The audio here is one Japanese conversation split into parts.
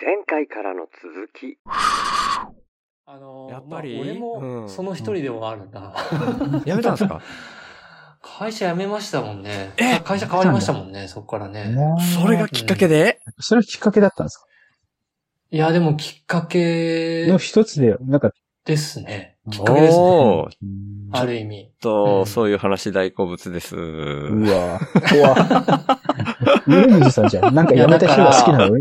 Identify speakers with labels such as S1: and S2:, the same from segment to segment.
S1: 前回からの続き。
S2: あのー
S3: やっぱり
S2: まあ俺
S3: う
S2: も
S3: ん
S2: その一人でもあるな。
S3: やめたんですか
S2: 会社辞めましたもんね。
S3: え
S2: 会社変わりましたもんね、そこからね。
S3: それがきっかけで、
S4: それはきっかけだったんですか
S2: いや、でもきっかけ
S4: の一つで、なんか、
S2: ですね。
S4: うん
S2: きっかけですね。
S3: おーち
S4: うん
S2: ある意味。
S3: ょっ
S2: う
S3: と、
S2: ん
S3: そういう話大好物です。
S4: うわ怖ゆめみじさんじゃん。なんかやめた人が好きなの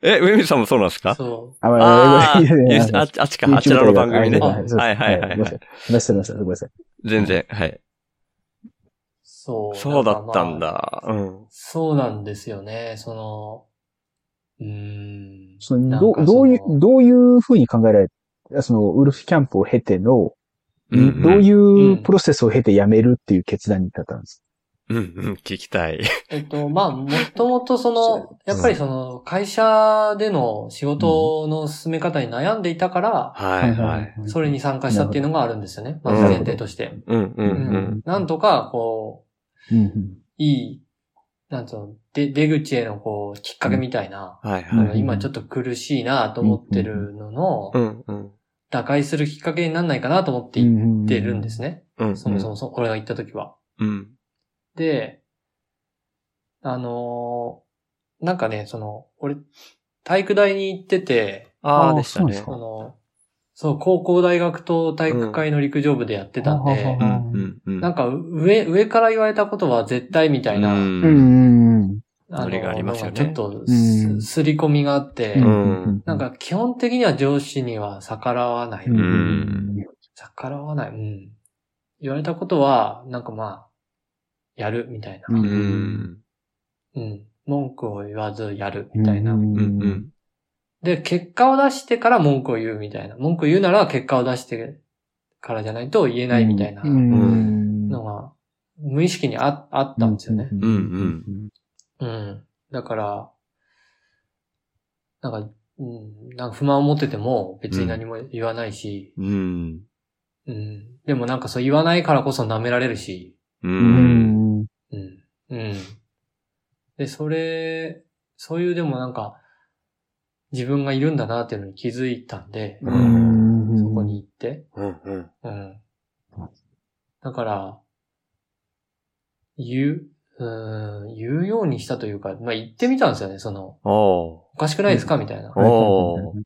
S3: え、上水さんもそうなんですか
S2: そ
S4: あ、ま
S3: ああ、
S4: いやいやいや
S3: よしあっちあっちか、あちらの番組ね。
S4: はい
S3: はいはいは
S4: はいいごめん
S3: は
S4: ないさい。。ごめんなさい、ごめんなさいごめんなさい。
S3: 全然、はい。
S2: う。そう。
S3: そうだったん
S2: からまあ。
S3: だ。うん。
S2: そうなんですよね。その、うーん。
S4: そ
S2: な
S4: の
S2: ん
S4: ど
S2: か
S4: うどういう
S2: そ、の
S4: どういうふうに考えられその、ウルフキャンプを経ての、
S3: うん。
S4: どういううプロセスを経て辞めるっていう決断に至ったんです
S3: うんうん、聞きたい。
S2: えっと、まあ、もともとそ の、やっぱりその、会社での仕事の進め方に悩んでいたから、
S3: は
S4: か、
S3: いはい。
S2: それに参加したっていうのがあるんですよね。まず前提として。
S3: うんうん
S2: う
S3: うんん。
S2: なんとか、こ
S4: うんうん
S2: う、いい、なんつうの、で、出口へのこう、きっかけみたいな、
S3: はい
S2: あ
S3: は
S2: の
S4: うん
S3: い。
S2: 今ちょっと苦しいなと思ってるのの
S3: う、んうん。
S2: 打開するきっかけにならないかなと思って
S4: う
S2: 言
S4: んうん
S2: ってるんですね。
S3: うん。
S2: そもそもそ、俺が行った時は。
S3: うん。
S2: で、あのーなんかね、その、俺、体育大に行ってて、
S3: あ
S4: あ
S3: あ、
S4: ー
S3: でしたね
S4: そ。
S2: そうの、そう、高校大学と体育会の陸上部でやってたんで
S3: う
S4: うんん
S3: うんうん。
S2: なんか上、上から言われたことは絶対みたいな、
S3: うん
S4: うんうん
S2: あ
S3: ノリがありますよね
S2: なんかちょっと
S4: うん
S2: す、すり込みがあって、
S4: うん。う
S2: なん、か基本的には上司には逆らわない。
S4: うん
S2: 逆らわない。うん。言われたことは、なんかまあ、やるみたいな。
S4: う
S3: うんん。
S2: うん。文句を言わずやるみたいな。
S4: うん
S3: うんうん。
S2: で、結果を出してから文句を言うみたいな。文句言うなら結果を出してからじゃないと言えないみたいな
S4: うん
S2: のが、無意識にああったんですよね。
S4: うん
S3: うん
S2: うん。だから、なんか、うん、なんか不満を持ってても別に何も言わないし、
S3: うん。
S2: うん。でもなんかそう言わないからこそ舐められるし、
S3: う。
S4: うんん
S2: うん。うん。で、それ、そういうでもなんか、自分がいるんだなっていうのに気づいたんで、
S4: う。
S3: うん
S2: そこに行って、
S3: うんうん。
S2: うん。だから、言う、うーん、言うようにしたというか、まあ、言ってみたんですよね、その、
S3: おー。
S2: おかしくないですかみたいな
S4: う。ん。
S3: おー。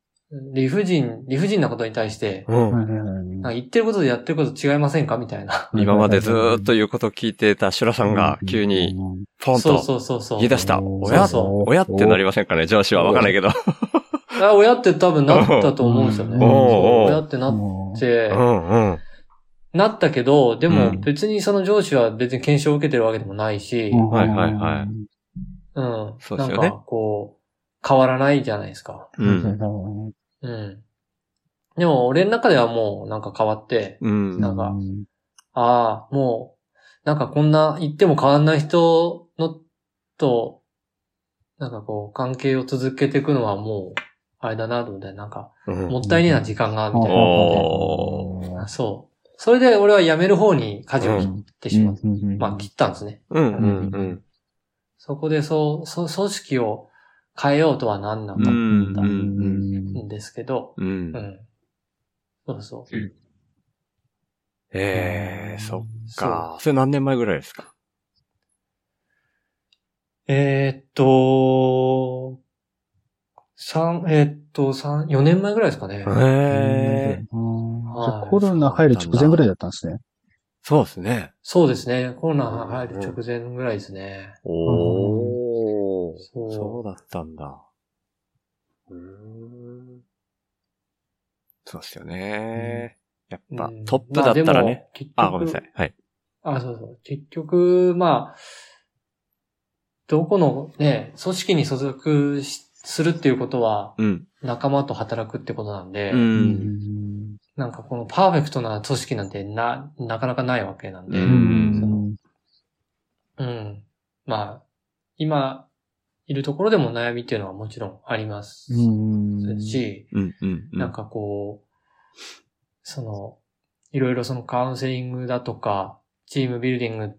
S2: 理不尽、理不尽なことに対して、
S3: うん
S4: はいはいはい
S2: なんか言ってることとやってること違いませんかみたいな。
S3: 今までずーっと言うことを聞いてたシュラさんが急に、ポン
S2: そう
S3: と
S2: そうそうそう。
S3: 言い出した。
S4: そう
S3: 親
S2: そうそ、
S3: 親ってなりませんかね上司はわかんないけど。
S2: あ、親って多分なったと思うんですよね。
S4: うん
S2: そう
S3: おー
S2: 親ってなって
S3: う、んうん。
S2: なったけど、で
S3: う
S2: も
S3: ん
S2: 別にその上司は別に検証を受けてるわけでもないし、うん。
S3: そうで
S2: な
S3: す
S2: ん
S3: よね
S2: か、こう、変わらないじゃないですか。
S3: うん。
S2: うん。でも、俺の中ではもう、なんか変わって、
S3: うん。
S2: なんか、ああ、もう、なんかこんな言っても変わんない人の、と、なんかこう、関係を続けていくのはもう、あれだな、と思って、なんか、
S3: うん
S2: もったいねえな時間が、みたいな。
S3: おー。
S2: そう。それで俺は辞める方に舵を切ってしまう。まあ、
S4: ま
S2: 切ったんですね。
S3: うんうん
S2: そこで、そう、そ、組織を変えようとはなんなか
S3: うん。う
S2: っ
S3: んう
S2: た
S3: ん
S2: んですけど、
S3: うん。うん
S2: う。ん。そうそう。
S3: えー、そっ
S2: そう
S3: か。それ何年前ぐらいですか
S2: えーっと、三、えーっと、三、四年前ぐらいですかね。
S3: えー。
S4: コロナ入る直前ぐらいだったんですね。
S3: そうですね。
S2: そうですね。コロナ入る直前ぐらいですね。
S3: おー。
S2: そう
S3: そうだったんだ。うーん。そうっすよね。やっぱ
S2: うん、
S3: トップだったらね。。
S2: ま
S3: あ
S2: あ、
S3: ごめんなさ。
S2: 結
S3: い。はい。
S2: 局あ、そうそう。結局、まあ、どこのね、組織に所属しするっていうことは、
S3: うん。
S2: 仲間と働くってことなんで、
S3: うん。
S2: なんかこのパーフェクトな組織なんてな、なかなかないわけなんで、
S3: う
S2: うん。まあ、今、いるところでも悩みっていうのはもちろんありますし、
S3: うん。うん。
S2: なんかこう、その、いろいろそのカウンセリングだとか、チームビルディング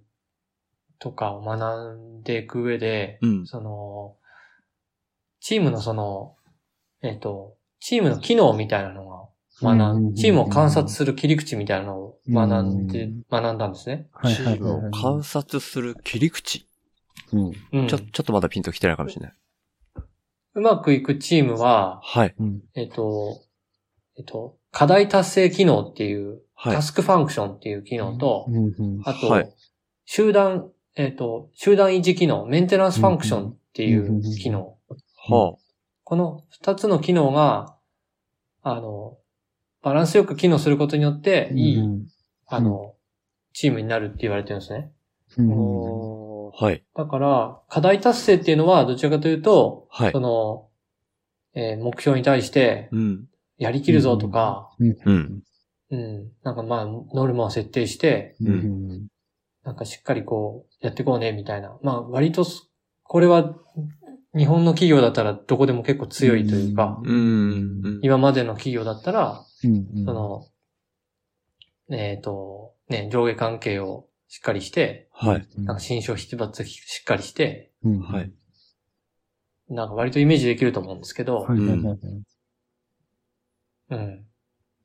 S2: とかを学んでいく上で、
S3: うん
S2: その、チームのその、えっ、と、チームの機能みたいなのが学ん、
S4: うんうんうんうん
S2: チームを観察する切り口みたいなのを学んで、
S4: うん
S2: 学んだんですね。
S4: はい
S3: チ
S4: はい
S3: ーム
S4: は
S3: を
S4: い。
S3: 観察する切り口。
S4: うん。
S2: うん
S3: ちょ、ちょっとまだピンと来てないかもしれない。
S2: うまくいくチームは、
S3: はい。
S4: うん。
S2: えっ、と、えっ、と、課題達成機能っていう、
S3: はい
S2: タ。スクファンクションっていう機能と、
S4: うん。
S2: あと、
S3: はい
S2: 集団、えっ、と、集団維持機能、メンテナンスファンクションってい
S4: うんう
S2: うん
S4: うん
S2: 機能。
S3: は
S2: この二つの機能が、あの、バランスよく機能することによって、いい、
S4: うん
S2: あの、チームになるって言われてるんですね。
S4: うん
S3: あ。おーはい。
S2: だから、課題達成っていうのは、どちらかというと、
S3: はい
S2: そ。の、えー目標に対して、
S3: うん。
S2: やりきるぞとか、
S3: うん。
S2: うん、なんかまあ、ノルマを設定して、
S4: うんうん
S2: なんかしっかりこう、やってこうね、みたいな。まあ、割とす、これは、日本の企業だったらどこでも結構強いというか、
S3: うん。うん
S2: 今までの企業だったら、
S4: うん。
S2: その、えっ、と、ね、上下関係をしっかりして、
S3: はい。
S4: うん、
S2: なんか新商出発しっかりして、
S4: うん
S3: は
S4: はいい。
S2: なんか割とイメージできると思うんですけど、
S4: はいはいはい。
S2: うん。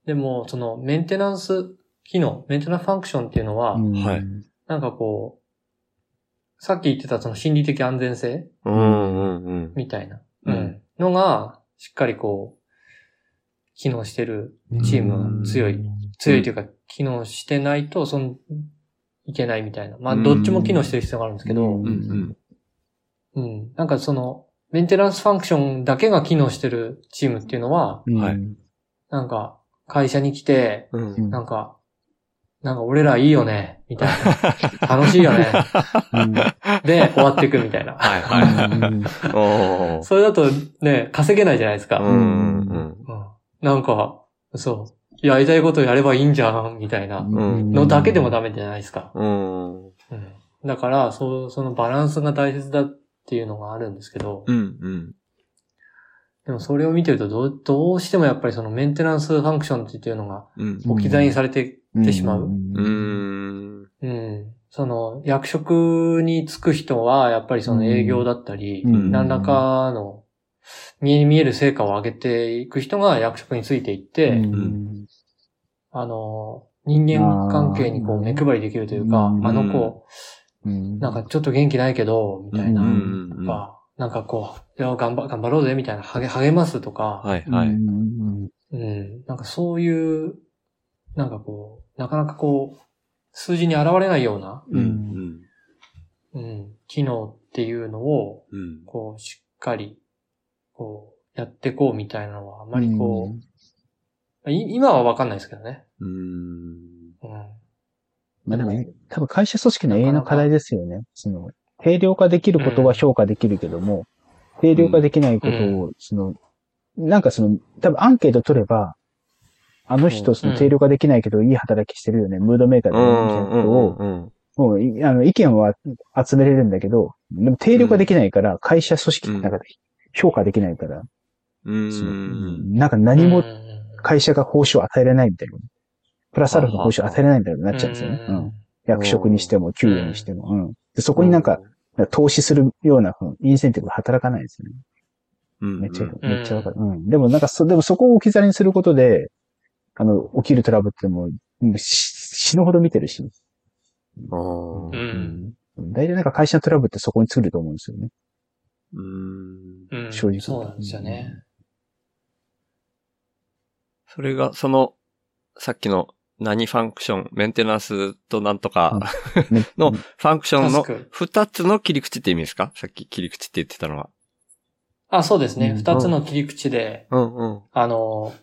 S2: でも、そのメンテナンス機能、メンテナンスファンクションっていうのは、
S4: うん
S3: はい
S2: なんかこう、さっき言ってたその心理的安全性
S3: うん。うん。うん。
S2: みたいな、
S3: うん
S2: のが、しっかりこう、機能してる、チームが強い強いというか、機能してないと、その、いけないみたいな。まあ、
S3: うん
S2: どっちも機能してる必要があるんですけど、
S4: うん
S3: うん。
S2: うん。なんかその、メンテナンスファンクションだけが機能してるチームっていうのは、
S4: うん。
S3: はい
S2: なんか、会社に来て、
S3: うん。
S4: うん
S2: なんか、なんか俺らいいよね、みたいな。楽しいよね。
S4: うん
S2: で、終わっていくみたいな。
S3: はい はい。おー。
S2: それだとね、稼げないじゃないですか。
S3: う
S2: うん
S3: ん。うん。
S2: なんか、そう。やりたいことやればいいんじゃん、みたいな。のだけでもダメじゃないですか。
S3: うん。
S2: うん。だから、そう、そのバランスが大切だっていうのがあるんですけど、
S3: うん。うん。
S2: でもそれを見てるとどう、どうしてもやっぱりそのメンテナンスファンクションっていうのが
S3: うん。
S2: 置き去りにされてってしまう。うん。
S3: うーん。
S2: その、役職に就く人は、やっぱりその営業だったり、
S3: ん
S2: 何らかの、見え見える成果を上げていく人が役職についていって、
S4: うん
S2: あの、人間関係にこう
S4: あー
S2: 目配りできるというか、
S4: うん
S2: あの子、
S4: うん
S2: なんかちょっと元気ないけど、みたいな、
S4: う
S3: うんん。うん
S2: まあなんかこう、いや頑張頑張ろうぜ、みたいな、励励ますとか、
S3: はい
S4: うん
S3: は
S4: う
S3: い。
S4: ん
S2: うん。なんかそういう、なんかこう、なかなかこう、数字に現れないような、
S4: うんうん
S3: ん。
S2: うん、機能っていうのを、
S3: うん。
S2: こう、しっかり、こう、やってこうみたいなのは、あまりこう、い今はわかんないですけどね。
S3: うん。
S2: うん。
S4: まあでもね、多分会社組織の永遠の課題ですよね。その、定量化できることは評価できるけども、定量化できないことを、その、なんかその、多分アンケート取れば、あの人、その定量化できないけど、いい働きしてるよね、ムードメーカーでのアンケートを、
S3: うん。
S4: もうい、あの、意見は集めれるんだけど、でも定量化できないから、会社組織の中で評価できないから、
S3: うん。
S4: その
S3: うん。
S4: なんか何も
S2: うんうんうん
S4: 会社が報酬を与えれないみたいな。プラスアルファの報酬を与えれないみたいになっちゃうんですよね。
S2: う
S4: うんん。役職にしても、給与にしても。うん。でそこになんか、投資するような、うんインセンティブが働かないですよね。
S3: うん、
S4: めっちゃ、
S2: うん
S4: めっちゃわかる。うん。でもなんか、そ、でもそこを置き去りにすることで、あの、起きるトラブルってもう、うんし死ぬほど見てるし。
S3: うん。
S2: う。
S3: うん
S4: うん大体なんか会社のトラブルってそこに作ると思うんですよね。
S3: ん。
S2: うん。
S4: 正直
S2: そうなんですよね。
S3: それが、その、さっきの何ファンクション、メンテナンスとなんとか
S4: ね
S3: のファンクション
S2: タス
S3: の
S2: ク。
S3: 二つの切り口って意味ですかさっき切り口って言ってたのは。
S2: あ、そうですね。
S4: うん
S2: 二つの切り口で、
S3: うんうん。
S2: あの、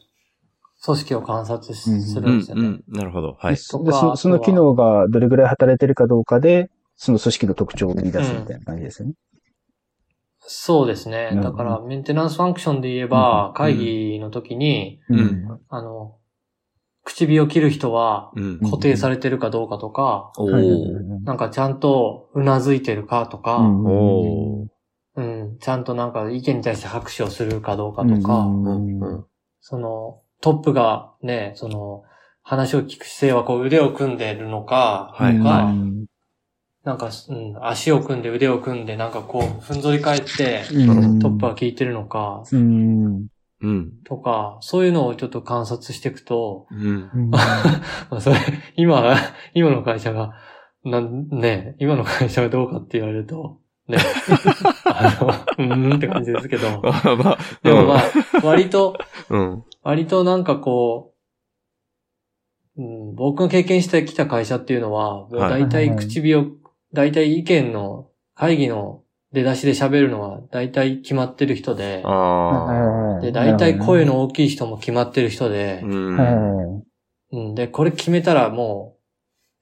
S2: 組織を観察し
S4: うん
S2: す
S3: う
S2: るんで
S3: ん
S2: すよ
S3: う
S2: ね。
S3: ん。なるほど。はい
S4: で。そ
S2: と
S4: で
S2: か
S4: そそ
S2: あ
S4: の
S2: とは
S4: 機能がどれぐらい働いてるかどうかで、その組織の特徴を見出すみたいな感じですよね。
S2: そうですね。
S4: なるほど
S2: だから、メンテナンスファンクションで言えば、会議の時に、
S3: うん
S2: あの、唇を切る人は
S3: うん。
S2: 固定されてるかどうかとか、
S3: お
S4: うん。はいはい
S3: ー。
S2: なんかちゃんとうなずいてるかとか、
S4: はいうん
S3: おー。
S2: うん、ちゃんとなんか意見に対して拍手をするかどうかとか、
S4: うん
S3: うんうん。
S2: その、トップがね、その、話を聞く姿勢はこう腕を組んでるのか、
S3: はい
S2: と
S3: は
S2: か
S4: う、ん
S2: なんか、うん、足を組んで腕を組んでなんかこう、ふんぞり返って、
S4: うん
S2: トップは聞いてるのか、
S4: うん。
S3: うん。
S2: とか、そういうのをちょっと観察していくと、
S3: うん。
S2: まあそれ、今、今の会社が、なん、ね、今の会社がどうかって言われると、ね、 あの、うーんって感じですけど、
S3: まあまあ、
S2: でもまあ、割と、
S3: うん。
S2: 割となんかこう、うん、僕が経験してきた会社っていうのは、もう
S3: はい
S2: 大体唇を、大体意見の会議の出だしで喋るのは大体決まってる人で、
S3: ああ。
S2: で、大体声。の大きい人も決まってる人で
S3: う、。
S4: うんん。
S2: うん、で、これ決めたらもう、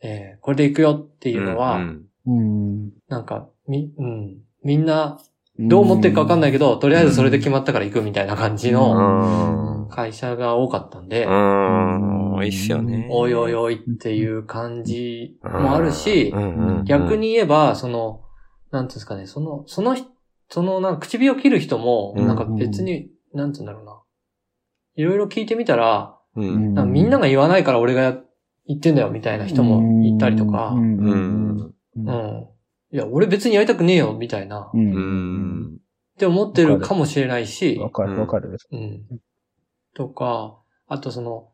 S2: えーこれで行くよっていうのは、
S3: うん
S4: うん。
S2: なんか、み、うん、みんな、どう思ってるかわかんない
S4: い。
S2: けど、とりあえずそれで決まったから行くみたいな感じ
S3: う
S2: の
S3: ん。
S2: 会社が多かったんで、
S3: うん。多いっすよね。
S2: おいおいおいっていう感じもあるし
S3: う、んうんうん
S2: 逆、に言えば、その、なんていうんですかね、その、その人、その、なんか、唇を切る人も、
S3: うん
S2: なんか別に、なんていうんだろうな。いろいろ聞いてみたら、
S3: う。
S4: うん
S2: なんかみんなが言わないから俺が言ってんだよ、みたいな人もいたりとか、うん。
S3: うんうん。
S2: いや、俺別にやりたくねえよ、みたいな、っ
S3: う
S4: うん。
S3: ん。
S2: て思ってるかもしれないし
S4: わ、かるわかる。
S2: うん。とか、あとその、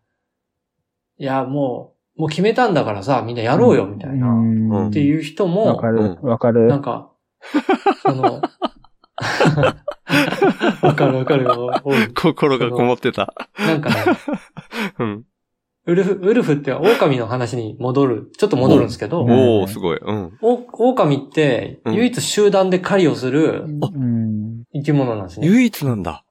S2: いや、もう、もう決めたんだからさ、みんなやろうよ、みたいな、
S4: な
S2: っていう人も、
S4: わかるわかる
S2: な。んか、その、 わかるわかるよ。おい
S3: 心がこもってた。
S2: なんかね、
S3: うん。
S2: ウルフ、ウルフって狼の話に戻る、ちょっと戻るんですけど、
S3: おー、すごい。うん。
S2: お狼って
S3: うん
S2: 唯一集団で狩りをする
S4: うん。
S2: 生き物なんですね。
S3: 唯一なんだ。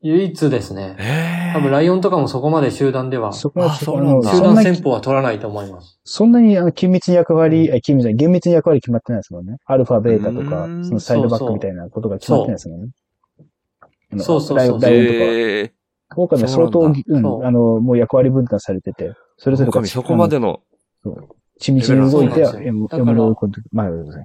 S2: 唯一ですね。
S3: ええ。
S2: 多分ライオンとかもそこまで集団では、集
S4: そこは、
S3: あ
S4: そ
S3: そ
S4: こ
S3: うなんだ
S4: そん
S2: 団
S4: な
S2: 戦法は取らないと思います。
S4: そんなにあの緊密に役割、え緊密じゃない厳密に役割決まってないですもんね。アルファ、ベータとか
S3: うーん、
S4: そのサイドバックみたいなことが決まってないですもんね。あの
S2: そうそうそう
S4: ライオンライオンとか。
S3: ええ。
S4: 狼は相当、
S3: そう
S4: う、
S3: なんだ
S2: そうん
S4: あの、もう役割分担されてて、それぞれが
S3: 狼そこまでの。
S4: 緻密に動いて、
S2: そうなんですよ
S4: 獲物
S2: だから
S4: を追い込んで、まあ、ごめんなさい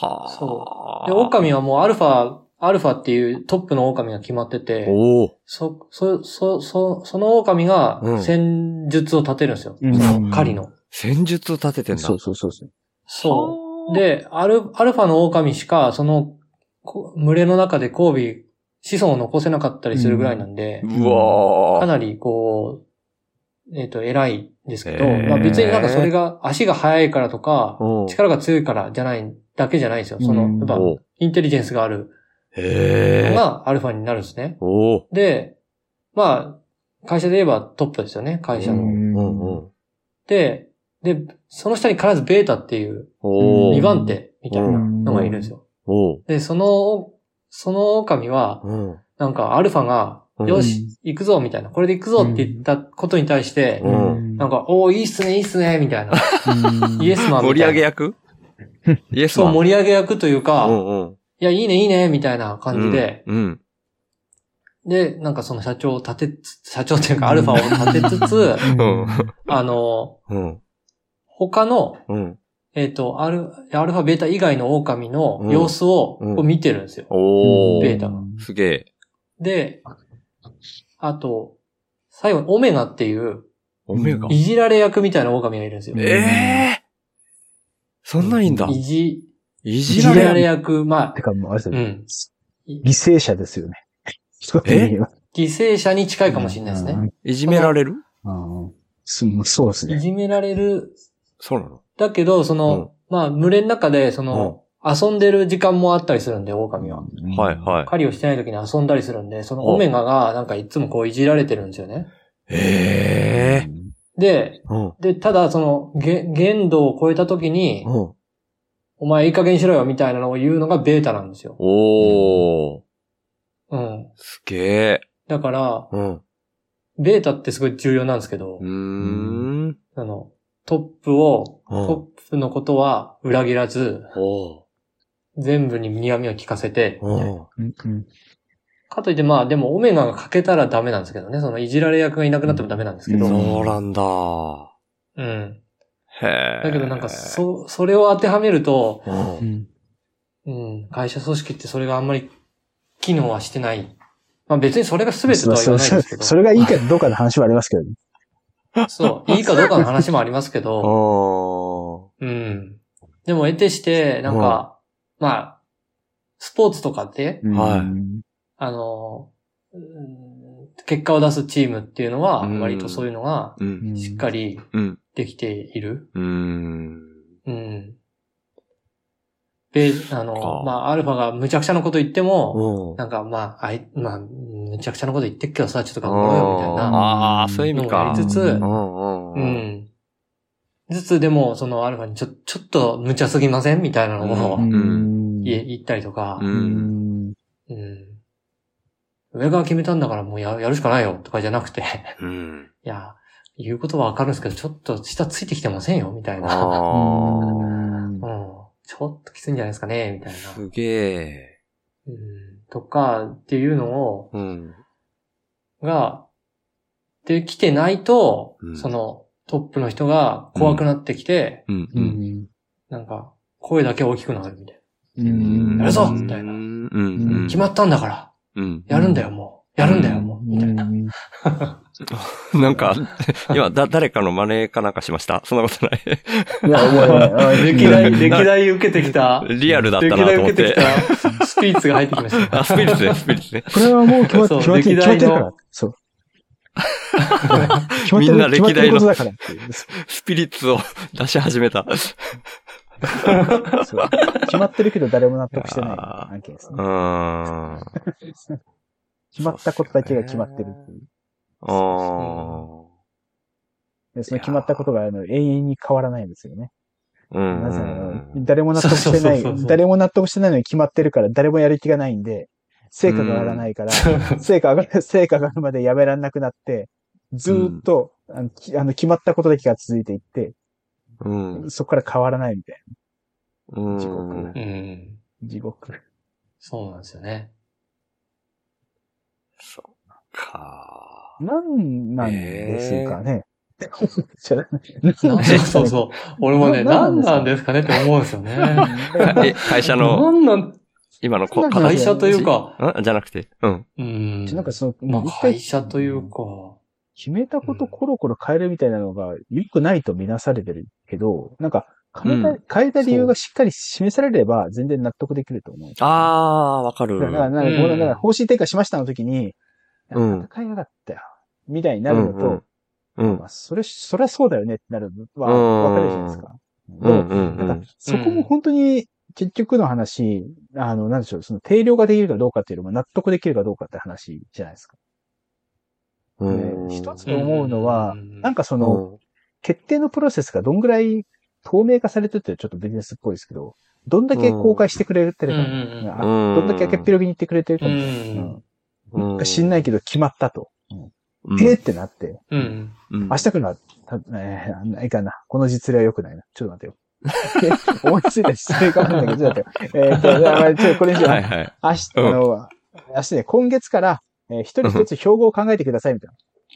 S3: はあ。
S2: そうで、狼はもうアルファ、アルファっていうトップの狼が決まってて、
S3: おお。
S2: そ、そ、そ、そ、その狼が
S3: うん
S2: 戦術を立てるんですよ。
S4: うん
S2: その狩りの。
S3: 戦術を立ててんだ。
S4: そうそうそうそう。
S2: そう。で、アル、アルファの狼しか、その、こ群れの中で交尾、子孫を残せなかったりするぐらいなんで、
S3: うわー
S2: かなりこう、えっ、と、偉いんですけど、
S3: へー
S2: まあ別になんかそれが足が速いからとか、
S3: うん
S2: 力が強いからじゃない、だけじゃないんですよ。その、や
S4: うん
S2: っぱ、
S3: おう
S2: インテリジェンスがある
S3: へ
S2: の
S3: え。
S2: がアルファになるんですね。
S3: おお。
S2: で、まあ、会社で言えばトップですよね、会社
S3: う
S2: の。
S3: んう
S4: うん
S3: ん。
S2: で、で、その下に必ずベータっていう
S3: お
S4: うん
S2: 2
S3: お。
S2: 番手みたいなのがいるんですよ。
S3: おお。
S2: で、その、その狼は、
S3: うん。
S2: なんかアルファが、
S3: うん
S2: よし、行くぞ、みたいな。これで行くぞって言ったことに対して、
S3: う
S2: なん、か、おーいいっすね、いいっすね、みたいな。 イエ
S4: ス。
S2: スマン
S3: 盛
S2: みたいな。
S3: り上げ役イエス
S2: そう、
S3: マン。
S2: 盛り上げ役というか、
S3: う
S2: い
S3: んうん。
S2: や、いいね、いいね、みたいな感じで、
S3: うん。
S2: で、なんかその社長を立てつつ、社長っていうかアルファを立てつつ、
S3: うん
S2: あの、
S3: うん。
S2: 他の、
S3: うん。
S2: えっ、と、アル、アルファ、ベータ以外の狼の様子を
S3: うん
S2: こう見てるんですよ。
S3: お
S2: ベ
S3: ー
S2: ータが
S3: すげえ。
S2: で、あと、最後にオメガっていう、
S3: オメガ
S4: あ。
S2: いじられ役みたいな狼がいるんですよ。
S3: ええそんないいんだ。
S2: いじ、
S3: い
S2: い
S3: じら
S2: じら
S3: れ
S2: れ役、まあ
S4: て、かもう、あれです
S2: う
S4: よ
S2: ん。
S4: 犠牲者ですよね。一言で言えば
S2: 犠牲者に近いかもしれないですね。
S3: いじめられる
S4: うん。すそうです
S2: い
S4: ね。
S2: じめられる、
S3: そうなの
S2: だけど、その、まあ、群れの中で、その、遊んでる時間もあったりするんで、狼は。
S3: はいはい。
S2: 狩りをしてない時に遊んだりするんで、その
S3: お
S2: オメガが、なんかいつもこういじられてるんですよね。
S3: ええ
S2: で、
S3: うん。
S2: で、ただ、その、げ限度を超えた時に、
S3: うん。
S2: お前いい加減にしろよ、みたいなのを言うのがベータなんですよ。
S3: おー。
S2: うん。
S3: すげえ。
S2: だから、
S3: うん。
S2: ベータってすごい重要なんですけど、
S3: うーん。
S2: あの、トップを、
S3: うん
S2: トップのことは裏切らず、
S3: おー。
S2: 全部に苦味を効かせて、
S3: うん。
S4: うんうん
S2: かといってまあ、でもオメガが欠けたらダメなんですけどね、そのいじられ役がいなくなってもダメなんですけど、
S4: うん
S3: そうなんだ。
S2: うん。
S3: へえ。
S2: だけどなんか、そ、それを当てはめると、
S3: うん。
S4: うん
S2: うん、会社組織ってそれがあんまり機能はしてない。まあ別にそれが全てとは言わないですけど、
S4: それがいいかどうかの話はありますけどね。
S2: そう、いいかどうかの話もあります けど、
S3: お
S2: うん。でも得てして、なんか、まあ、スポーツとかって、
S3: はい
S4: うん
S2: あの、うん結果を出すチームっていうのは、
S3: うん
S2: 割とそういうのが
S3: うん。
S2: しっか
S4: り。
S2: り
S3: うん。
S2: できている。
S3: うん。
S2: うん。で、あ
S3: か
S2: の、まあ、アルファが無茶苦茶なこと言っても、
S3: お
S2: なんかまあ、あい、まあ、無茶苦茶なこと言ってっけどさ、ちょっと頑張ろうよみたいな。
S3: ああー、そういう意味
S2: や
S3: か
S2: り。つつ
S3: う
S2: うん
S3: う
S2: うんん。ずつでも、そのアルファにちょ、ちょっと無茶すぎませんみたいなのを
S3: う
S4: うん
S2: 言
S4: ん。
S2: え、言ったりとか
S3: う、。
S4: うんん。
S2: うん。上が決めたんだからもうややるしかないよとかじゃなくて、
S3: うん。
S2: いや、言うことはわかるんですけど、ちょっと下ついてきてませんよみたいな。うん。
S3: あ
S2: ちょっときついんじゃないですかねみた
S3: あ。
S2: いな。
S3: すげえ。
S2: うん。とか、っていうのを、
S3: うん。
S2: が、できてないと、
S3: うん
S2: その、トップの人が怖くなってきて、
S3: うん。
S4: う
S3: うん。
S4: ん。
S2: なんか、声だけ大きくなるみたいな。
S4: うん。
S2: やるぞみたいな
S3: うん。うん。
S2: 決まったんだから、
S3: うん。
S2: やるんだよ、もう。やるんだよ、もう。みたいな。
S4: うん。
S3: なんか、今、だ、誰かの真似かなんかしましたそんなことない。
S4: いや、覚えない。
S2: 歴代、歴代受けてきた。
S3: リアルだった
S2: 歴
S3: な
S2: 代
S3: と思
S2: 受
S3: っ
S2: けて
S3: て
S2: き。たスピーツが入ってきまし
S3: あ、
S2: た。
S3: スピリッツね、スピリッツね。
S4: これはもう決まっ
S2: そう
S4: 決まってる、
S2: 歴
S4: 決ま
S2: 代の
S4: ってるから。そう。決まって
S3: みんな
S4: る、決ま
S3: 歴
S4: って
S3: 代
S4: る
S3: の
S4: ことだからっていう。
S3: スピリッツを出し始めた。
S4: そう決まってるけど誰も納得してない
S3: あー
S4: 案件です
S3: う
S4: ね。
S3: ーん。
S4: 決まったことだけが決まってるっていう。
S3: あ
S4: でその決まったことがあの永遠に変わらないんですよね。
S3: あ。うん。
S4: なぜなら、誰も納得してな
S2: そうそうそうそう
S4: い、誰も納得してないのに決まってるから、誰もやる気がないんで、成果が上がらないから、成果上がる、 成果上がるまでやめらんなくなって、ずーっと、あのきあの、決まったことだけが続いていって、
S3: うん。
S4: そこから変わらないみたい
S3: うん。
S4: 地 獄
S2: うん。
S4: な。地獄。
S2: そうなんですよね。
S3: そっか。
S4: なんなんですかね。 知ら
S2: そう
S4: ない
S2: そうそう。俺もね、
S4: な
S2: 何なんですかねって思うんですよね。
S3: え、会社の、
S2: 何なん、
S3: 今のこ
S4: なんか
S2: 会社というか、
S3: んじゃなくて。うん。
S2: うん。
S4: なんかその、
S2: まあ
S4: 一回
S2: 会社というか、
S4: 決めたことコロコロ変えるみたいなのが良くないとみなされてるけど、なんか変えた、
S3: うん
S4: 変えた理由がしっかり示されれば全然納得できると思う。
S3: ああ、わかる。
S4: だから、なんか、
S2: うん
S4: だから方針転換しましたの時に、
S3: うん
S4: なんか変えなかったよ。みたいにな
S3: う
S4: る
S3: ん
S4: のと、
S3: うん。
S4: まあ、それ、そりゃそうだよねってなるのは
S3: うん
S4: わかるじゃないですか。
S3: う
S4: でも
S3: ん。うん。う
S4: なん
S3: ん
S4: か。そこも本当に、結局の話、あの、なんでしょう、その定量ができるかどうかっていうよりも納得できるかどうかって話じゃないですか。
S3: うん。
S4: で一つと思うのは
S2: うん
S4: なんかその、決定のプロセスがどんぐらい透明化されてて、ちょっとビジネスっぽいですけど、どんだけ公開してくれて
S2: うん
S4: る
S2: う
S4: か、
S2: ん
S4: あどんだけ明けっぴろげに言ってくれてる
S2: う
S4: か、
S2: ん。う
S4: うん
S2: ん
S3: うん
S4: 知んないけど決まったと。
S3: うん
S4: えーってなって、
S2: うん。
S3: うん
S4: 明日来るのは、たえーないかな。この実例は良くないな。ちょっと待ってよ。 思いついた失礼かもしれないけど、ちょっと待ってよ。えーっと、まあちょっとこれにしよう。
S3: はいはい。
S4: 明日、あの、明日ね、今月から、えー一人一つ標語を考えてくださいみたいな。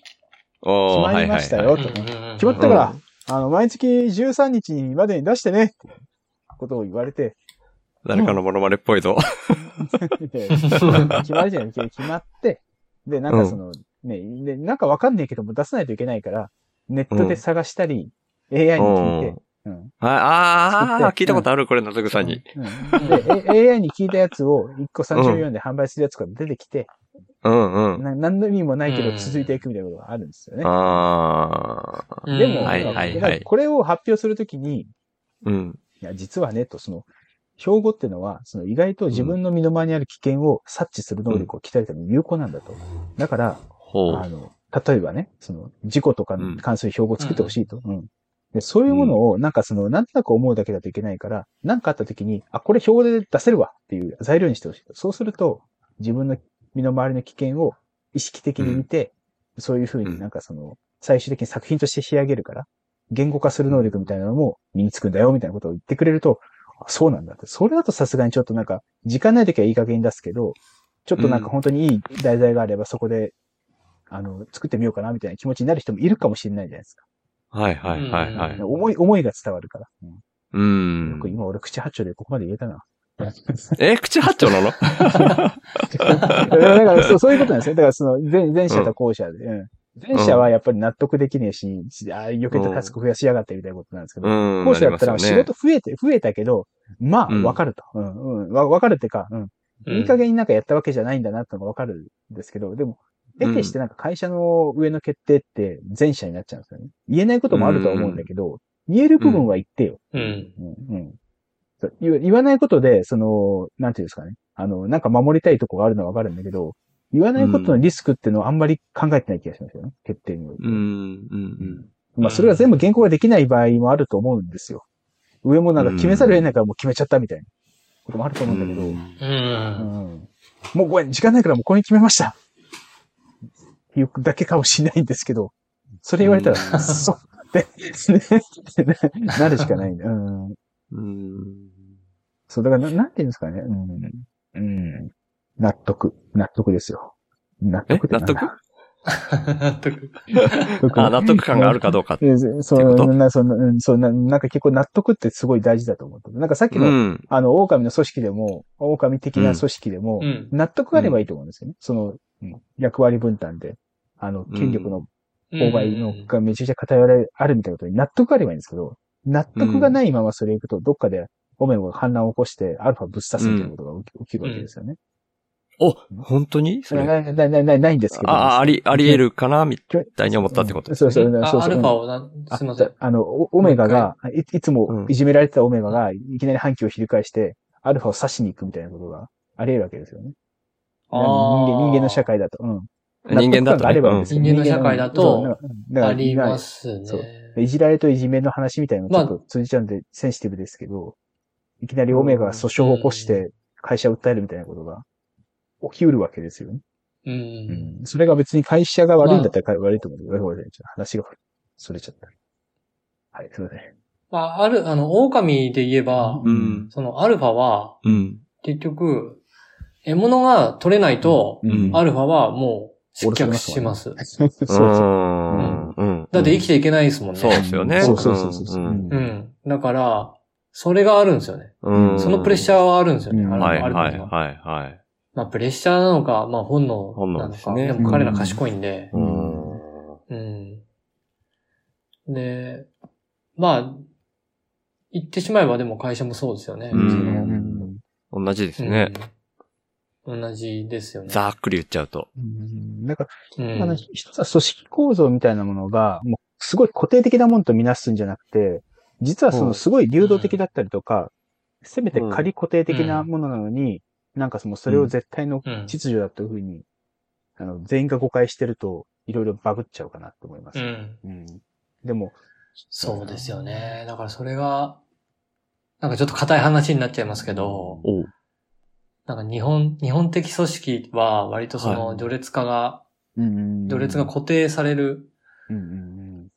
S3: おー、
S4: 決
S3: は
S4: ま
S3: い
S4: り
S3: は
S4: ま
S3: い
S4: した
S3: は
S4: よ、
S3: い。
S4: と。
S2: 決
S4: 決まったから、あの、毎月13日までに出してね、ってことを言わ れて、
S3: 誰かのモノマネっぽいぞ。
S4: で決まり じゃない、決まって、で、なんかその、ね、でなんかわかんないけども出さないといけないから、ネットで探したり、AI に聞いて、うん。
S3: ああー、
S4: 作って
S3: 聞いたことある、これのすぐさに。
S4: うんで、A- AI に聞いたやつを1個34で販売するやつが出てきて、
S3: うんうん。
S4: な何の意味もないけ
S2: う
S4: ど
S2: ん
S4: 続いていくみたいなことがあるんですよね。
S3: ああ。
S4: でも、
S3: はい
S4: なんか
S3: はい
S4: だからこれを発表するときに、
S3: うん。
S4: いや、実はね、と、その、標語ってのは、その意外と自分の身の回りにある危険を察知する能力を鍛えるために有効なんだと。だから、
S3: ほ
S4: あ
S3: う。
S4: の、例えばね、その、事故とか
S3: うん
S4: に関する標語を作ってほしいと。うんで。そういうものを、なんかその、なんとなく思うだけだといけないから、なんかあった時に、あ、これ標語で出せるわっていう材料にしてほしいと。そうすると、自分の身の回りの危険を意識的に見て、そういうふうになんかその、最終的に作品として仕上げるから、言語化する能力みたいなのも身につくんだよみたいなことを言ってくれると、あそうなんだって。それだとさすがにちょっとなんか、時間ない時はいい加減に出すけど、ちょっとなんか本当にいい題材があればそこで、あの、作ってみようかなみたいな気持ちになる人もいるかもしれないじゃないですか。
S3: はいはいはいは
S2: う
S3: い
S2: ん。
S4: 思い、思いが伝わるから。う
S3: う
S4: んよ
S3: ん
S4: く。今俺口八丁でここまで言えたな。
S3: え、口八丁なの
S4: だからそう そういうことなんですよ。だからその前、前者と後者で。うん前者はやっぱり納得できねえし、ああ、余計なタスク増やしやがってみたいなことなんですけど、
S3: うん。
S4: 後者だったら
S3: なります
S4: 仕
S3: よね
S4: 事増えて、増えたけど、まあ、わかると。うん、うん、わ、わかるってか、うん。
S2: うん
S4: いい加減になんかやったわけじゃないんだなってのがわかるんですけど、でも、得てしてなんか会社の上の決定って前者になっちゃうんですよね。言えないこともあるとは思うんだけど、言える部分は言ってよ。
S2: うん。
S4: うんうんそう言わ言わないことで、その、なんていうんですかね。あの、なんか守りたいとこがあるのはわかるんだけど、言わないことのリスクっていうのはあんまり考えてない気がしますよね。決定において。
S3: うん、うん、
S4: まあ、それは全部原稿ができない場合もあると思うんですよ。上もなんか決めざるを得ないからもう決めちゃったみたいなこともあると
S3: う
S4: 思うんだけど、う
S3: ん。
S4: ん
S2: うん。
S4: もうごめん、時間ないからもうこれに決めました。っていうだけかもしれないんですけど、それ言われたら、
S3: うん
S4: そうって、ね なるしかない、うん。
S3: うん。
S4: そう、だからな、なんていうんですかね。うん。うん。納得。納得ですよ。納
S3: え
S4: 得って
S3: 納
S4: なんだ
S3: 得
S4: 納得
S3: あ、納得感があるかどうかって。
S4: えーそ
S3: ってこ
S4: う、
S3: と
S4: な、そのうんそうな、なんか結構納得ってすごい大事だと思う。なんかさっき
S3: う
S4: の、
S3: ん。
S4: あの、狼の組織でも、狼的な組織でも、
S2: うん。
S4: 納得があればいいと思うんですよね。その、うん役割分担で、あの、権力の
S2: 購
S4: 購買のがめちゃくちゃ偏りあるみたいなことに納得があればいいんですけど、納得がないままそれ行くと、どっかでオメゴが反乱を起こして、アルファぶっ刺すみたいなことが起き起きるわけですよね。
S3: お、本当にそ
S4: な
S3: れ。
S4: なななないないんですけど。
S3: あ、あり、あり得るかなみたいに思ったってこと。
S4: そうそう、そうそう
S2: あ、アルファ
S4: うん
S2: をな、
S4: あ
S2: すいません。
S4: あの、おオメガが、いいつもいじめられてたオメガが、いきなり反旗を翻して、アルファを刺しに行くみたいなことがあり得るわけですよね。
S2: あー
S4: 人間人間の社会だと。うん。
S3: 人間だ
S4: 納得感
S3: と
S4: があればいいん
S3: ね
S4: ですよ
S2: 人間の社会だと
S4: そうなんかだから
S2: あります
S4: そう
S2: ね。
S4: いじられといじめの話みたいなのちょっと通じちゃうんで、センシティブですけど、いきなりオメガが訴訟を起こして会社を訴えるみたいなことが起きうるわけですよね。
S2: う。
S4: うんん。それが別に会社が悪いんだったら悪いと思うんだけど、ごめんなさいちょっと話がそれちゃった。はい、すいません。
S2: まあ、ある、あの、狼で言えば、
S3: うん。
S2: そのアルファは、
S3: うん。
S2: 結局、獲物が取れないと、
S3: うん
S2: アルファはもう失脚します。
S4: そうそう
S3: う
S4: そう。
S3: ん。うん。
S2: だって生きていけないですもんね。
S3: そうですよね。
S4: そうそうそうそうそう。
S3: うん。
S2: うん。だから、それがあるんですよね。
S3: うん。
S2: そのプレッシャーはあるんですよね。
S4: うん
S2: ある
S3: はい
S2: ある
S3: はい
S2: のは
S3: はいはい。
S2: まあ、プレッシャーなのか、まあ、本能
S3: 本
S2: な
S3: 能
S2: の
S3: です
S2: か。
S3: ね
S2: でも彼ら賢いんで、
S3: うん。
S2: うん。で、まあ、言ってしまえばでも会社もそうですよね。
S3: うん
S2: その
S4: うん
S3: 同じですね。。
S2: うん同じですよね。
S3: ざっくり言っちゃうと。
S4: うんだから、
S2: うん
S4: あの、一つは組織構造みたいなものが、もうすごい固定的なものとみなすんじゃなくて、実はそのすごい流動的だったりとか、せめて仮固定的なものなのに、なんかそのそれを絶対の
S2: うん
S4: 秩序だというふうに、あの、全員が誤解してると、いろいろバグっちゃうかなと思い
S2: う
S4: ます。
S2: ん。
S3: うん。
S4: でも、
S2: そうですよね。だからそれが、なんかちょっと硬い話になっちゃいますけど、
S3: おう。
S2: なんか日本、日本的組織は割とそ
S4: はい
S2: の序列化が、
S4: うん
S2: 序列が固定される
S4: うん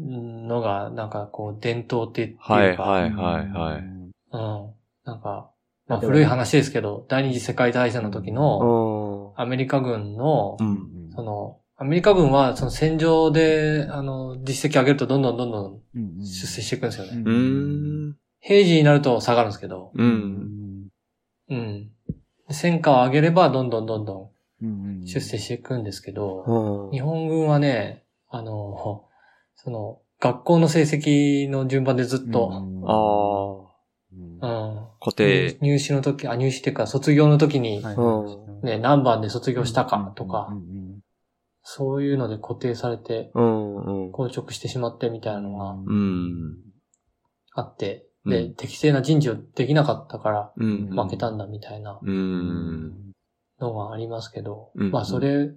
S4: うん
S2: のが、なんかこう伝統的っていうか、
S3: はいは
S4: うん
S3: いはいはい。
S2: うん。なんか、まあ古い話ですけど、第二次世界大戦の時の
S3: う
S2: アメリカ軍の、
S3: ん。
S2: その、アメリカ軍はその戦場で、あの、実績上げるとどんどんどんどん
S4: うん
S2: 出世していくんですよね。
S3: うーん。
S2: 平時になると下がるんですけど、
S3: う。
S4: うんん
S2: うん。戦果を上げれば、どんどんどんど
S4: うん
S2: ん出世していくんですけ
S3: う
S2: ど、
S3: ん。
S2: 日本軍はね、あの、その、学校の成績の順番でずっと、
S3: ああ。
S4: うん
S2: う
S4: あ
S2: ん。
S3: 固
S2: 入
S3: 定。
S2: 入試の時、あ、入試っていうか、卒業の時に、
S4: はい
S3: うん。
S2: ね、何番で卒業したかとか
S4: う、ん
S2: そういうので固定されて、
S3: うん。うん。
S2: 硬直してしまってみたいなのが
S3: うん。
S2: あって、
S3: うん
S2: で、
S3: うん
S2: 適正な人事をできなかったから
S3: うん。
S2: 負けたんだみたいな
S3: うん。
S2: のがありますけど、
S3: うん
S2: まあそれ、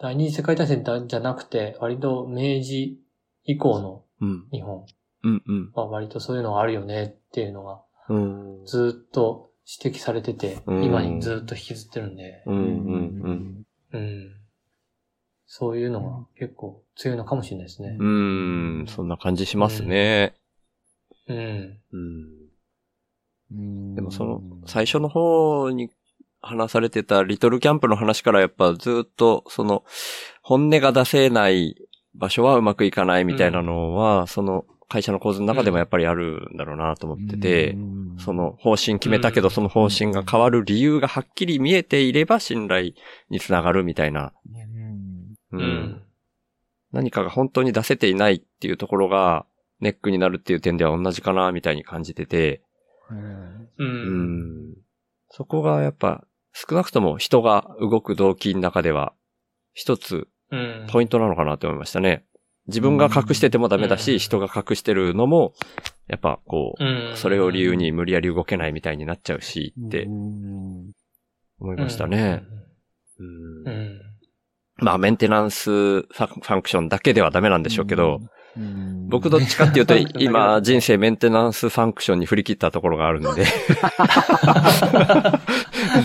S2: 第二次世界大戦だじゃなくて、割と明治以降の
S3: うん。
S2: 日本
S3: うん。うん。
S2: は割とそういうのがあるよねっていうのが
S3: うん。
S2: ずっと指摘されてて、
S3: うん
S2: 今にずっと引きずってるんで、
S3: うん。うん。
S2: うん。そういうのが結構強いのかもしれないですね
S3: う。ん。そんな感じしますね。
S2: うん。
S3: うん。
S4: うん
S3: でもその、最初の方に話されてたリトルキャンプの話からやっぱずっとその、本音が出せない場所はうまくいかないみたいなのは、その会社の構図の中でもやっぱりあるんだろうなと思ってて、
S4: うん
S3: その方針決めたけ
S2: う
S3: ど
S2: ん
S3: その方針が変わる理由がはっきり見えていれば信頼につながるみたいな。
S4: うん
S3: う
S2: うんん。
S3: 何かが本当に出せていないっていうところがネックになるっていう点では同じかなみたいに感じてて、
S4: うん
S2: う。
S3: うんん。そこがやっぱ少なくとも人が動く動機の中では一つ
S2: うん。
S3: ポイントなのかなって思いましたね。自分が隠しててもダメだ
S2: う
S3: し、
S2: ん
S3: 人が隠してるのも、やっぱこ
S2: うん
S3: う、それを理由に無理やり動けないみたいになっちゃうしって思いましたね。。
S2: う
S3: うん
S2: ん。
S3: まあメンテナンスファファンクションだけではダメなんでしょうけど、
S4: うん、
S3: 僕どっちかっていう と
S2: うん
S3: 今人生メンテナンスファンクションに振り切ったところがあるんで、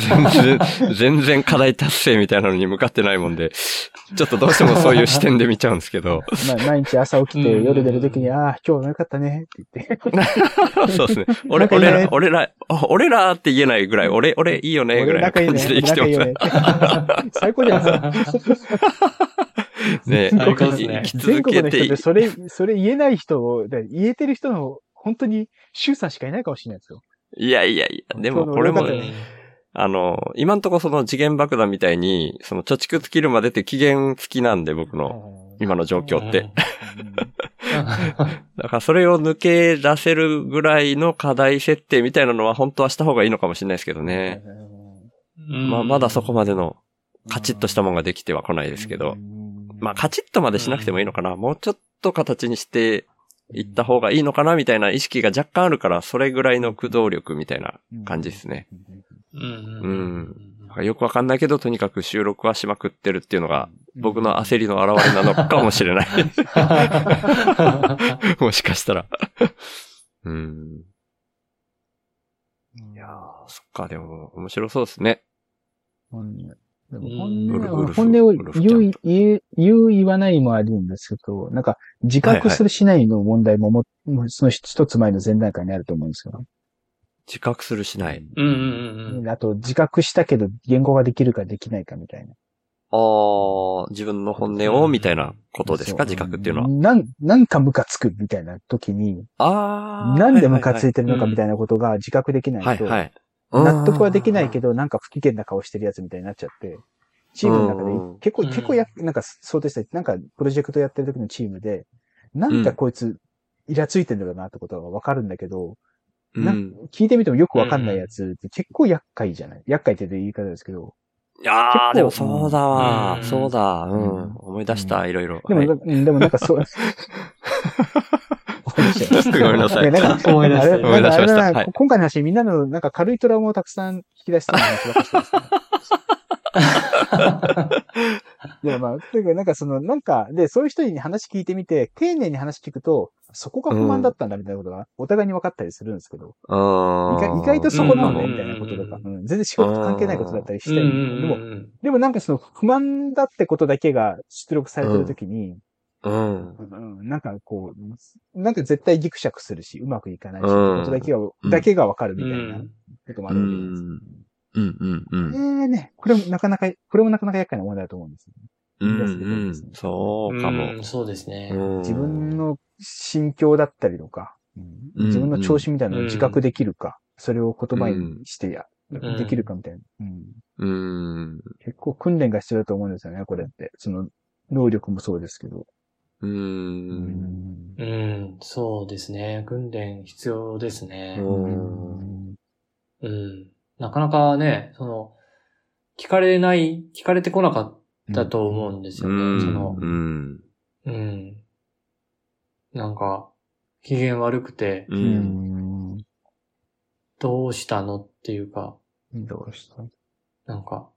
S3: 全然、全然課題達成みたいなのに向かってないもんで、ちょっとどうしてもそういう視点で見ちゃうんですけど、
S4: まあ、毎日朝起きて
S2: うん
S4: 夜出るときに、ああ、今日は良かったねって言って。
S3: そうですね。俺、
S4: 仲いい
S3: 俺
S4: ね
S3: ら、俺ら、あ俺らって言えないぐらい、俺、俺いいよね、ぐ
S4: 俺
S3: らいの
S4: 仲いい
S3: 感
S4: ね
S3: じで生。きて
S4: 仲
S3: ま
S4: いい
S3: す
S4: よね。最高じゃないですか。
S3: ね。
S2: 最高
S3: 生
S2: ですね
S3: き
S4: 全
S3: 続
S4: 国
S3: け
S4: の
S3: て
S4: 人
S3: い
S4: で、それ、それ言えない人を、だから言えてる人の、本当に、周さんしかいないかもしれないですよ。
S3: いやいやいや、でもこれ
S4: そ
S3: も
S4: うだ、よ
S3: あの、今んとこその次元爆弾みたいに、その貯蓄尽きるまでって期限付きなんで、僕の、今の状況って。だからそれを抜け出せるぐらいの課題設定みたいなのは本当はした方がいいのかもしれないですけどね。
S2: う ん
S3: まあ、まだそこまでのカチッとしたもんができてはこないですけど。。まあ、カチッとまでしなくてもいいのかな。もうちょっと形にしていった方がいいのかなみたいな意識が若干あるから、それぐらいの駆動力みたいな感じですね。
S2: うん。う
S3: うんん。なんかよくわかんないけど、とにかく収録はしまくってるっていうのが、僕の焦りの表れなのかもしれない。 もしかしたら。うん。いやー、そっか、でも、面白そうですね。
S4: 本音で
S2: うん
S4: も本音
S3: ウル
S4: は
S3: フ
S4: 本音を
S3: ウルフちゃん
S4: 言う、言う、言う、言わないもあるんですけど、なんか、自覚するしないの問題もも、もうその一つ前の前段階にあると思うんですよ。
S3: 自覚するしない。
S2: うんうん
S4: あと、自覚したけど、言語ができるかできないかみたいな。
S3: あー、自分の本音を、みたいなことですか、
S4: そ
S3: 自覚っていうのは。
S4: なん、なんかムカつくみたいな時に、
S3: あー。
S4: なんでムカつい
S3: い
S4: てるのかみたいなことが自覚できな
S3: はいい
S4: と、
S3: はい。
S4: 納得はできないけ
S3: ど。
S4: ど、なんか不機嫌な顔してるやつみたいになっちゃって、チームの中で
S3: うん
S4: 結構、
S2: うん
S4: 結構や、なんか想定した、なんかプロジェクトやってる時のチームで、なんかこいつ、イラついてんだろうなってことはわかるんだけど、
S3: う。
S4: なん聞いてみてもよくわかんないやつって結構厄介じゃない厄介って言い方ですけど、
S3: あ
S4: 結構
S3: ー、でもそうだわ
S2: う。ん
S3: そうだ。う
S4: うん
S3: ん。思い出した、いろいろ。
S4: でも、
S3: はい
S4: うんでもなんかそう、思い出しちゃう
S3: ごめんなさい。
S4: ねなんか
S2: 思い出した
S4: あれ
S3: 思い出しました
S4: なんかあれだな
S3: はい
S4: 今回の話、みんなのなんか軽いトラウマをたくさん引き出したの話ばっかりしてます ね。いや、まあ、というか、なんかその、なんか、で、そういう人に話聞いてみて、丁寧に話聞くと、そこが不満だったんだみたいなことが、お互いに分かったりするんですけど、
S3: う
S4: 意
S3: ん
S4: 外意外とそこなんだ
S2: うん
S4: みたいなこととか、
S2: うん
S4: うん全然仕事と関係ないことだったりして、
S2: う
S4: で
S2: ん。
S4: も、でもなんかその、不満だってことだけが出力されてるときに、
S3: うん。
S4: うんなんかこう、なんか絶対ギクシャクするし、うまくいかない
S3: う
S4: し、
S3: ん
S4: ことだけが、だけがわかるみ
S2: う。
S4: たいなんこともあ
S3: う
S4: るわけじゃないですか。
S3: ん。うんうんうん。
S4: ええね、これもなかなか、これもなかなか厄介な問題だと思うんですよね、
S3: うんう
S4: 言い出すことで
S3: ん
S4: すね
S3: そうかも
S2: う。んそうですね。
S3: うん
S4: 自分の心境だったりとか、
S3: うん
S4: 自分の調子みたいなのを自覚できるか、それを言葉にしてや、
S2: ん
S4: できるかみたいな、うん
S3: うん。
S4: 結構訓練が必要だと思うんですよね、これって。その、能力もそうですけど。
S3: う。
S4: うんん
S2: うん、そうですね。訓練必要ですね。
S3: うん
S2: うん。なかなかね、その、聞かれない、聞かれてこなかったと思うんですよ
S3: う
S2: ね。
S3: ん
S2: その
S3: う、ん。
S2: うん。なんか、機嫌悪くて、
S3: う。
S4: うんん。
S2: どうしたのっていうか、
S4: どうした
S2: なんか、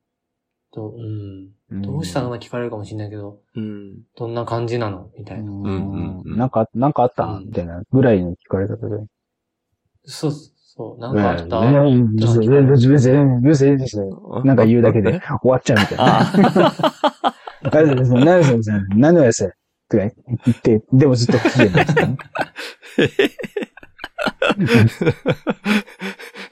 S2: どう,、うん、どうしたのは聞かれるかもしれないけど、
S3: うん。
S2: どんな感じなのみたいな。
S3: んうん
S4: なんか、なんかあった
S2: うん
S4: みたいなぐらいの聞かれたけど。
S2: そう、そう、なんかあった。
S4: ね全然、全然、全然、全然ですねなんか言うだけで終わっちゃうみたいな。何でですね何ですね何のやつとか言って、でもずっと不機嫌ですね。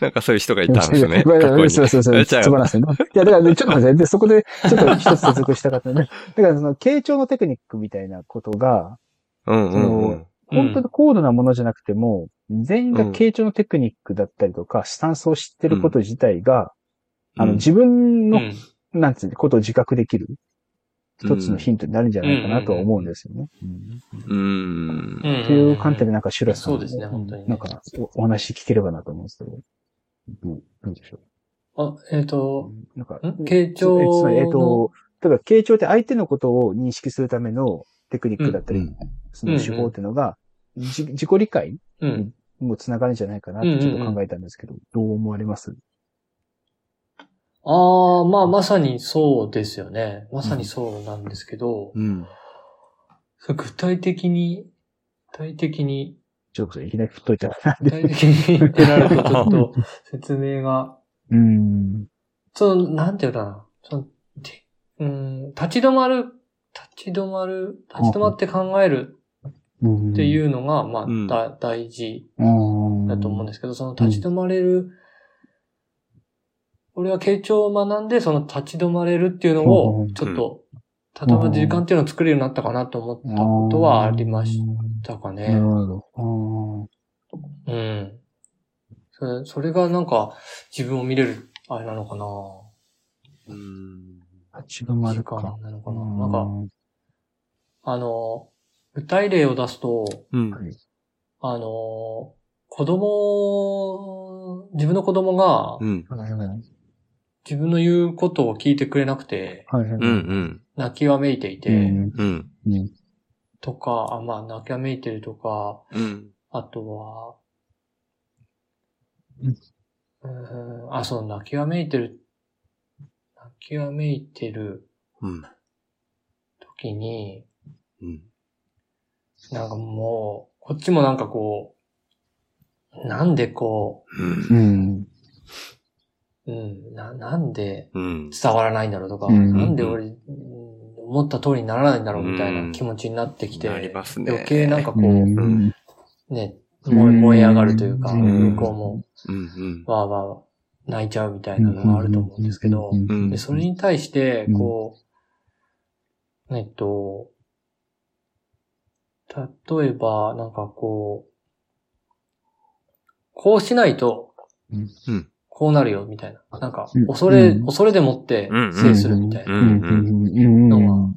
S3: なんかそういう人がいたんですね。
S4: ごめんなさ
S3: 過
S4: い
S3: 去
S4: そ
S3: に
S4: うそうそう。
S3: じゃあ
S4: 素晴らしい。いや、だからね、ちょっと待って、で、そこで、ちょっと一つ続くしたかったね。だから、その、傾聴のテクニックみたいなことが、
S3: うんうんうん。
S4: 本当に高度なものじゃなくても、全員が傾聴のテクニックだったりとか、スタンスを知ってること自体が、あの、自分
S2: う
S4: の、
S2: ん、
S4: なんつうのことを自覚できる一つのヒントになるんじゃないかなとは思うんですよね。
S3: うん
S2: う。ん。
S4: という観点でなんかシュラさん、
S2: そうですね本当にね
S4: なんかおお話聞ければなと思うんですけど。どうどうでしょう
S2: あ、えっ、と、
S4: なんか、
S2: ん傾
S4: そうえつまりえっ、
S2: 聴の
S4: と、だから傾聴って相手のことを認識するためのテクニックだったり、
S5: うん
S4: その手法っていうのが、じ自己理解
S2: うん。
S4: にもつながるんじゃないかなってちょっと考えたんですけど、どう思われます
S2: ああ、まあまさにそうですよね。まさにそうなんですけど、
S3: うん。
S2: それ具体的に、具体的に、
S4: ちょっといきなり振っといたらなん
S2: 具
S4: で。
S2: 体的に言ってなるとちょっ と説明が
S4: うん。
S2: その、なんていうかな。その、てうん、立ち止まる、立ち止まる、立ち止まって考える
S4: っ
S2: っていううのが、まあ、
S3: うん
S2: だ大事
S4: だ
S2: だと思うんですすけど、その立ち止まれる、俺は傾聴を学んで、その立ち止まれるっていうの
S4: う
S2: を
S4: ん、
S2: ちょっと、例えば時間っていうのを作れるようになったかなと思ったことはありましたかね。
S4: なるほど。
S2: うん。それそれがなんか、自分を見れる、あれなのかな
S3: うん。
S4: あー立ち止ま
S2: 時
S4: るか
S2: 間。なのかななんか、あの、具体例を出すと、
S3: うん。
S2: あの、子供、自分の子供が
S3: う、ん。
S4: うん、はいはい
S2: 自分の言うことを聞いてくれなくて、
S4: はいはい。
S3: うん。うん。
S2: 泣きわめいていて、
S4: うん
S3: うん。
S2: とか、あ、まあ、泣きわめいてるとか、
S3: うん。
S2: あとは、
S4: うん
S2: うん、あ、そう、泣きわめいてる、泣きわめいてる
S3: うん。
S2: 時に、
S3: うん。
S2: なんかもう、こっちもなんかこう、なんでこ
S3: うん。
S4: うん。
S2: う、うん、な、なんで、
S3: うん。
S2: 伝わらないんだろうとか、
S4: うん
S2: なんで俺、うん思った通りにならないんだろうみたいな気持ちになってきて、
S3: なりますね。
S2: 余計なんかこう、
S4: うん
S2: ね、燃え燃え上がるというか、
S4: うん
S2: 向こうも、
S3: うん。
S2: わーわー泣いちゃうみたいなのがあると思うんですけど、
S4: うん
S3: うん。
S2: でそれに対して
S4: う、ん
S2: こう、えっと、例えば、なんかこう、こうしないと、
S3: うん
S2: こうなるよ、みたいな。なんか
S4: う、ん
S2: 恐れ、
S4: うん
S2: 恐れでもって
S3: うん、
S2: 制するみたいな。
S4: うんうんうん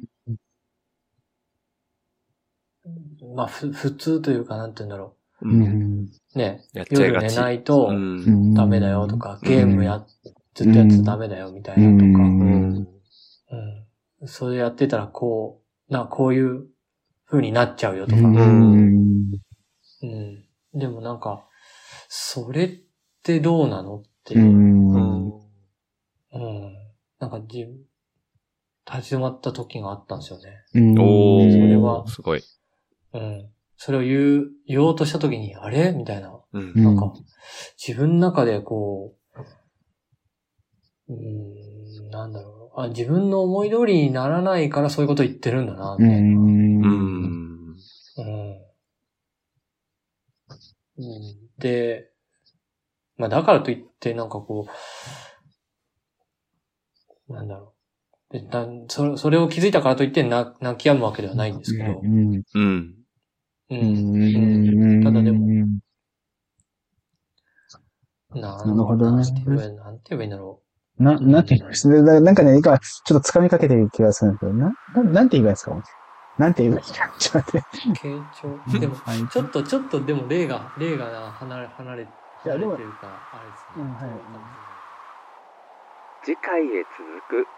S2: まあ、ふ、普通というか、なんて言うんだろ
S3: う。
S4: うんん
S2: う。ね、
S3: やっちゃい
S2: 夜
S3: が
S2: 寝
S3: ち。
S2: ないと
S3: うん。
S2: ダメだよとか、ゲームや、ずっとやってたらダメだよみたいなとか、
S4: うん
S3: うん。
S2: うん。それやってたらこう、な、こういう風になっちゃうよとか、
S4: うんうん
S2: うん。でもなんか、それってどうなのって、
S4: う
S2: うん。
S4: ん
S2: なんかじ、立ち止まった時があったんですよね。
S4: うん
S3: おー。
S2: それは
S3: すごい。
S2: うん。それを言う、言おうとした時に、あれみたいな。
S3: うん。
S2: なん
S4: う
S2: か、自分の中でこう、うーん、なんだろう。あ、自分の思い通りにならないからそういうこと言ってるんだな、
S4: う
S2: みた
S3: う
S2: いな。
S3: んん。
S2: うん。うんで、まあだからといって、なんかこう、なんだろう。でなそそれを気づいたからといってな泣き止むわけではないんですけど。
S4: うん
S3: うん。
S2: うん。
S4: うん
S2: ただでも
S4: うん
S2: な
S4: なるほどね
S2: なんて言えばいいなんて言えばいいんだろ
S4: な、なんて言いますななんかね、今、ちょっと掴みかけてる気がするんですけど、な、ななんて言えばいいんですかなんて言えばいいんですかちょっと 待
S2: う。傾聴。でも、
S4: って。
S2: ちょっと、ちょっと、でも、例が、例がな、離れ、離れ、
S4: い
S2: 離
S4: や
S2: れ
S4: でも
S2: てるか、あれですね。
S4: うんはい
S1: 次回へ続く